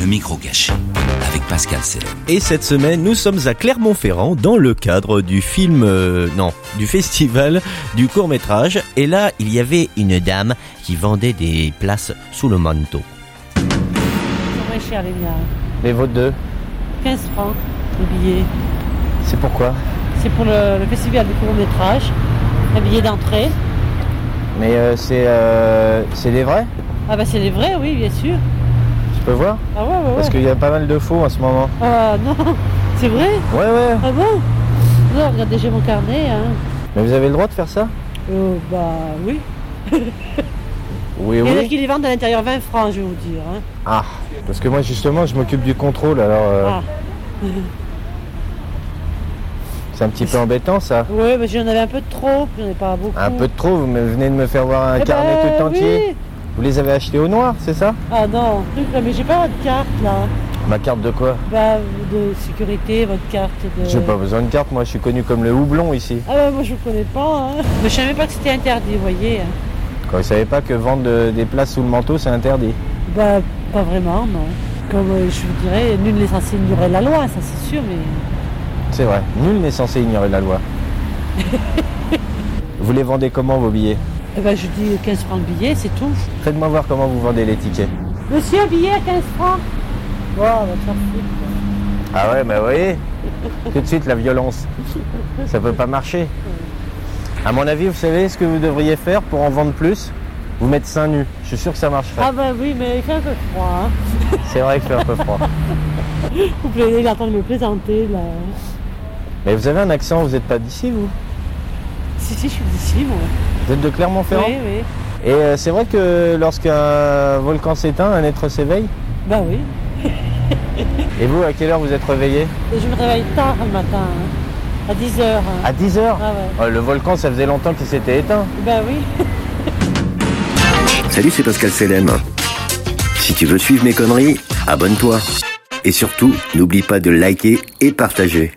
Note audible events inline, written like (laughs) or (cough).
le micro caché avec Pascal Sellem. Et cette semaine, nous sommes à Clermont-Ferrand dans le cadre du film, euh, non, du festival du court métrage. Et là, il y avait une dame qui vendait des places sous le manteau. C'est vrai cher les gars. Les vôtres deux, 15 francs le billet. c'est pourquoi C'est pour le, le festival du court métrage. Le billet d'entrée. Mais euh, c'est euh, c'est des vrais Ah bah c'est les vrais, oui, bien sûr. Tu peux voir Ah ouais, ouais, ouais. Parce qu'il y a pas mal de faux en ce moment. Ah non, (laughs) c'est vrai Ouais, ouais. Ah bon Non, regardez, j'ai mon carnet. Hein. Mais vous avez le droit de faire ça Euh, bah oui. Oui, Il y en a oui. qui les vendent à l'intérieur 20 francs, je vais vous dire. hein. Ah, parce que moi justement, je m'occupe du contrôle, alors euh, Ah. c'est un petit peu embêtant ça. Ouais, mais j'en avais un peu de trop. J'en ai pas beaucoup. Un peu de trop, vous me- venez de me faire voir un Eh carnet ben, tout entier. oui. Vous les avez achetés au noir, c'est ça Ah non, truc, là, mais j'ai pas votre carte là. Ma carte de quoi Bah, de sécurité, votre carte de. J'ai pas besoin de carte, moi je suis connu comme le houblon ici. Ah bah moi je vous connais pas. Hein. Mais je savais pas que c'était interdit, vous voyez. Quand vous savez pas que vendre euh, des places sous le manteau, c'est interdit. Bah pas vraiment, non. Comme euh, je vous dirais, nul n'est censé ignorer la loi, ça c'est sûr, mais C'est vrai, nul n'est censé ignorer la (laughs) loi. vous les vendez comment vos billets eh ben, je dis 15 francs le billet, c'est tout. Faites-moi voir comment vous vendez les tickets. Monsieur, un billet à 15 francs Wow, on va te faire foutre. quoi. Ah ouais, mais vous voyez, tout de suite la violence. Ça peut pas marcher. À mon avis, vous savez ce que vous devriez faire pour en vendre plus Vous mettre seins nus. Je suis sûr que ça marcherait. Ah bah oui, mais il fait un peu froid. Hein. C'est vrai qu'il fait un peu froid. Vous plaît, il est en train de me plaisanter là. Mais vous avez un accent, vous n'êtes pas d'ici, vous Si, si, je suis d'ici, moi. Vous êtes de Clermont-Ferrand Oui, oui. Et euh, c'est vrai que lorsqu'un volcan s'éteint, un être s'éveille. Bah oui. Et vous, à quelle heure vous êtes réveillé Et je me réveille tard le matin, hein. à 10 heures. hein. À 10h Ah ouais. Oh, Le volcan, ça faisait longtemps qu'il s'était éteint. Bah oui. Salut, c'est Pascal Selem. Si tu veux suivre mes conneries, abonne-toi. Et surtout, n'oublie pas de liker et partager.